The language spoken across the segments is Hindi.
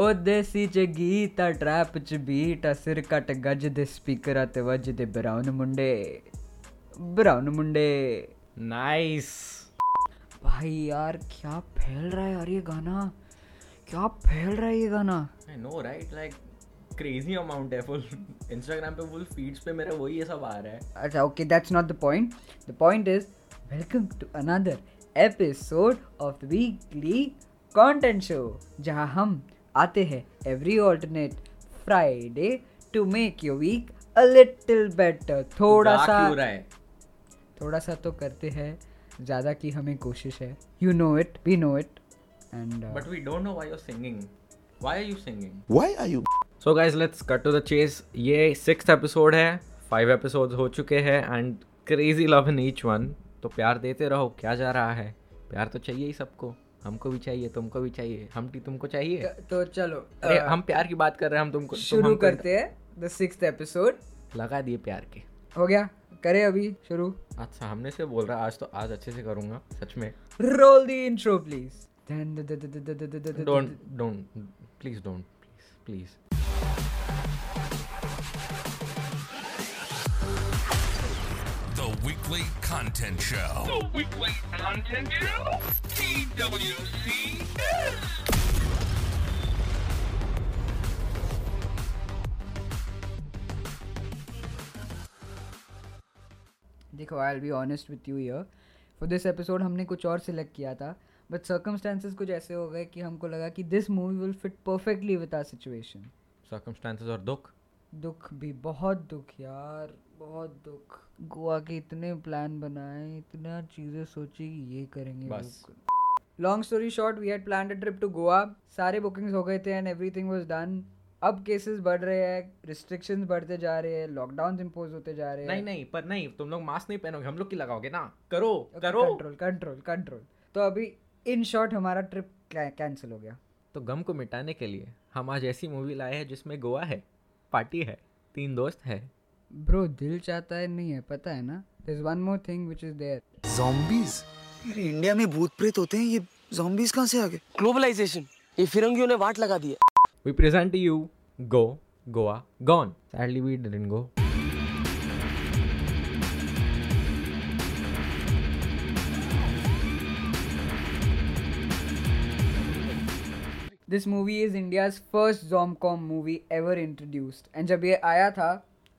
ਉਹ ਦੇਸੀ ਚ ਗੀਤ ਆ ਟਰੈਪ ਚ ਬੀਟ ਆ ਸਿਰ ਕੱਟ ਗੱਜ ਦੇ ਸਪੀਕਰਾਂ ਤੇ ਵੱਜਦੇ ਬਰਾਉਨ ਮੁੰਡੇ ਬਰਾਉਨ ਮੁੰਡੇ नाइस भाई यार क्या फैल रहा है यार ये गाना क्या फैल रहा है ये गाना I know right like crazy amount है फुल इंस्टाग्राम पे फुल फीड्स पे मेरा वही ये सब आ रहा है अच्छा okay that's not the point the point is welcome to another episode of the weekly content show जहां हम आते हैं every alternate Friday to make your week a little better थोड़ा गा सा क्यों रहा है थोड़ा सा तो करते हैं ज़्यादा की हमें कोशिश है you know it we know it and but we don't know why you singing why are you singing Why are you so guys let's cut to the chase ये सिक्स एपिसोड है फाइव एपिसोड हो चुके हैं and crazy love in each one तो प्यार देते रहो क्या जा रहा है प्यार तो चाहिए ही सबको हमको भी चाहिए तुमको भी चाहिए हम भी तुमको चाहिए तो चलो अरे हम प्यार की बात कर रहे हैं तो हम तुमको तुम शुरू हमको- करते हैं द सिक्स एपिसोड लगा दिए प्यार के हो गया करे अभी शुरू आज सामने अच्छा, से बोल रहा आज तो आज अच्छे से करूंगा सच में roll the intro please don't don't please don't please please The weekly content show. The weekly content show. TWCS. देखो I will be honest with you here for this episode हमने कुछ और सिलेक्ट किया था बट सर्कमस्टांसेस कुछ ऐसे हो गए कि हमको लगा कि this movie will fit perfectly with our situation circumstances और दुख दुख भी बहुत दुख यार बहुत दुख गोवा के इतने प्लान बनाए इतना चीज़ें सोची कि ये करेंगे बस। Long story short we had plan a trip to Goa सारे बुकिंग्स हो गए थे एंड एवरीथिंग वाज डन अब केसेस बढ़ रहे हैं रिस्ट्रिक्शंस बढ़ते जा रहे हैं लॉकडाउन इम्पोज होते जा रहे नहीं हैं नहीं पर नहीं तुम लोग मास्क नहीं पहनोगे हम लोग की लगाओगे ना करो करो कंट्रोल कंट्रोल कंट्रोल तो अभी इन शॉर्ट हमारा ट्रिप कैंसिल हो गया तो गम को मिटाने के लिए हम आज ऐसी मूवी लाए हैं जिसमें गोवा है पार्टी है तीन दोस्त है ब्रो दिल चाहता है नहीं है पता है ना there is one more thing which is there zombies यार इंडिया में भूत प्रेत होते हैं ये zombies कहाँ से आ गए ग्लोबलाइजेशन ये फिरंगियों ने वाट लगा दी है we present you go Goa gone sadly we didn't go this movie is India's first zom com movie ever introduced and जब ये आया था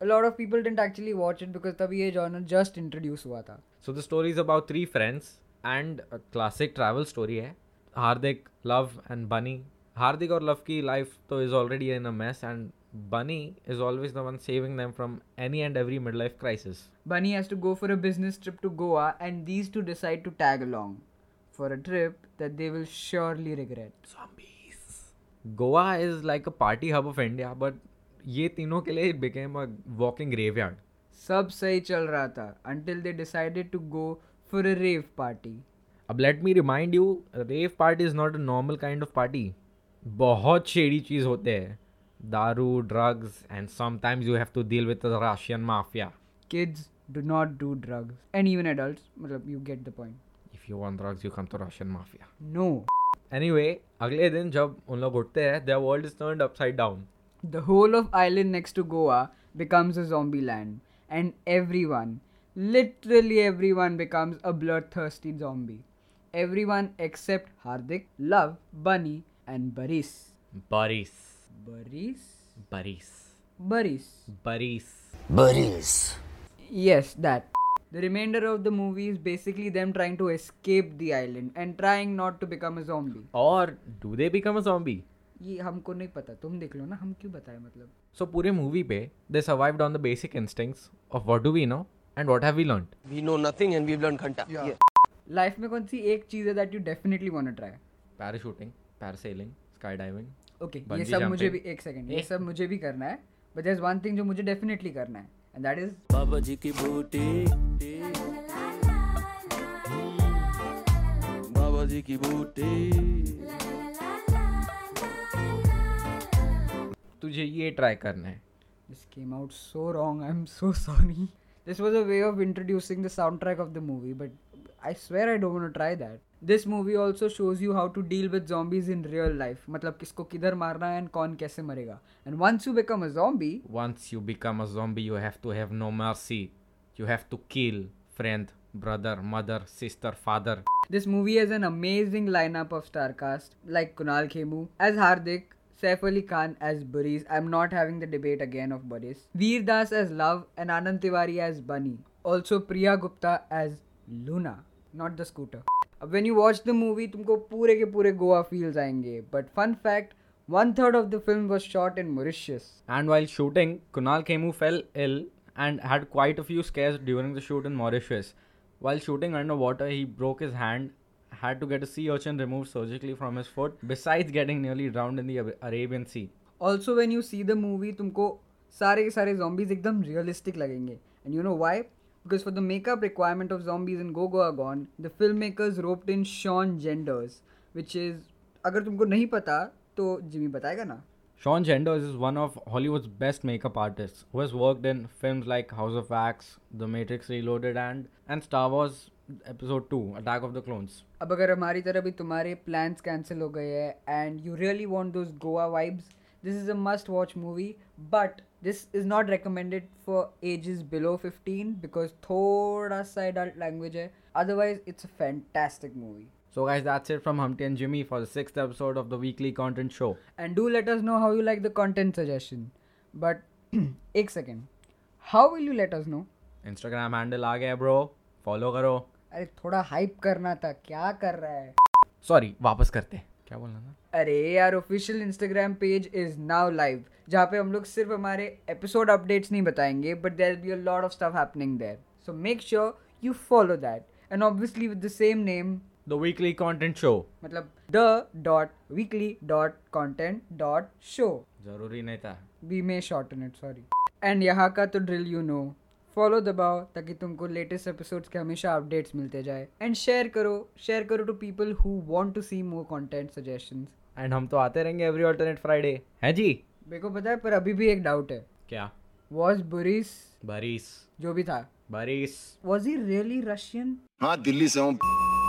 a lot of people didn't actually watch it because तभी ये जॉनर जस्ट इंट्रोड्यूस हुआ था so the story is about three friends and classic travel story है Hardik Love and Bunny Hardik और लव की लाइफ तो is already in a mess and Bunny is always the one saving them from any and every mid life crisis Bunny has to go for a business trip to Goa and these two decide to tag along for a trip that they will surely regret. Goa is like a party hub of India but ये तीनों के लिए it became a walking graveyard सब सही चल रहा था until they decided to go for a rave party. अब let me remind you rave party is not a normal kind of party बहुत शेडी चीज़ होते हैं दारू drugs and sometimes you have to deal with Russian mafia Kids do not do drugs and even adults, मतलब you get the point. If you want drugs you come to Russian mafia No, any अगले दिन जब उन लोग उठते हैं their world is turn upside down The whole of island next to Goa becomes a zombie land, and everyone, literally everyone, becomes a bloodthirsty zombie. Everyone except Hardik, Love, Bunny, and Baris. Baris Baris? Baris Baris. Baris Yes, that. The remainder of the movie is basically them trying to escape the island and trying not to become a zombie. और do they become a zombie ये हमको नहीं पता तुम देख लो ना हम क्यों बताएं मतलब सो पूरे मूवी पे they survived on the basic instincts of what do we know and what have we learn we know nothing and we learn घंटा ये लाइफ में कौन सी एक चीज़ है that you definitely want try parachuting parasailing sky diving okay ये Bungee सब मुझे भी jumping. एक सेकंड ये सब मुझे भी करना है but there is one thing जो मुझे डेफिनेटली करना है एंड दैट इज बाबा जी की बूटी बाबा जी की बूटी तुझे ये ट्राई करना है this came out so wrong I am so sorry this was a way of introducing the sound track of the movie but I swear I don't want to try that this movie also shows you how to deal with zombies in real life मतलब किसको किधर मारना है एंड कौन कैसे मरेगा and once you become a zombie Once you become a zombie, you have to have no mercy. You have to kill friend, brother, mother, sister, father. This movie has an amazing lineup of star cast like Kunal Khemu as Hardik, Saif Ali Khan as Buris. I'm not having the debate again of Buris. Veer Das as Love and Anand Tiwari as Bunny. Also Priya Gupta as Luna, not the scooter. अब when you watch the movie, तुमको पूरे के पूरे गोवा feels आएंगे. But fun fact, one third of the film was shot in Mauritius. And while shooting, Kunal Kemu fell ill and had quite a few scares during the shoot in Mauritius. While shooting underwater, he broke his hand, had to get a sea urchin removed surgically from his foot, besides getting nearly drowned in the Ab- Arabian Sea. Also when you see the movie तुमको सारे के सारे जॉम्बीज एकदम रियलिस्टिक लगेंगे and you know why because for the makeup requirement of zombies in go Goa gone the film makers roped in Shawn Genders which is अगर तुमको नहीं पता तो जिमी बताएगा ना Sean Genders is one of Hollywood's best makeup artists who has worked in films like House of Wax, The Matrix Reloaded, and, and Star Wars Episode 2 Attack of the Clones. अब अगर हमारी तरह भी तुम्हारे प्लान्स कैंसिल हो गए हैं and you really want those Goa vibes this is a must watch movie but this is not recommended for ages below 15 because थोड़ा सा एडल्ट लैंग्वेज है otherwise it's a fantastic movie So, guys, that's it from Humpty and Jimmy for the sixth episode of the weekly content show. and do let us know how you like the content suggestion. But एक second, how will you let us know? Instagram handle आ गया bro, follow करो. अरे थोड़ा hype करना था क्या कर रहा है Sorry, वापस करते हैं. क्या बोलना था? अरे यार official Instagram page is now live जहाँ पे हम लोग सिर्फ हमारे एपिसोड अपडेट्स नहीं बताएंगे but there be a lot of stuff happening there so make sure you follow that and obviously with the same name The weekly content show. मतलब the dot weekly dot content dot show जरूरी नहीं था. We may shorten it sorry and यहाँ का तो ड्रिल यू नो फॉलो दबाओ ताकि तुमको लेटेस्ट एपिसोड्स के हमेशा अपडेट्स मिलते जाए एंड शेयर करो शेयर करो to people who want to see more content suggestions And हम तो आते रहेंगे every alternate Friday. हैं जी? मेरे को पता है पर अभी भी एक डाउट है क्या? Was Boris Boris. जो भी था बरीस. वॉज ही रियली रशियन हाँ दिल्ली से हूँ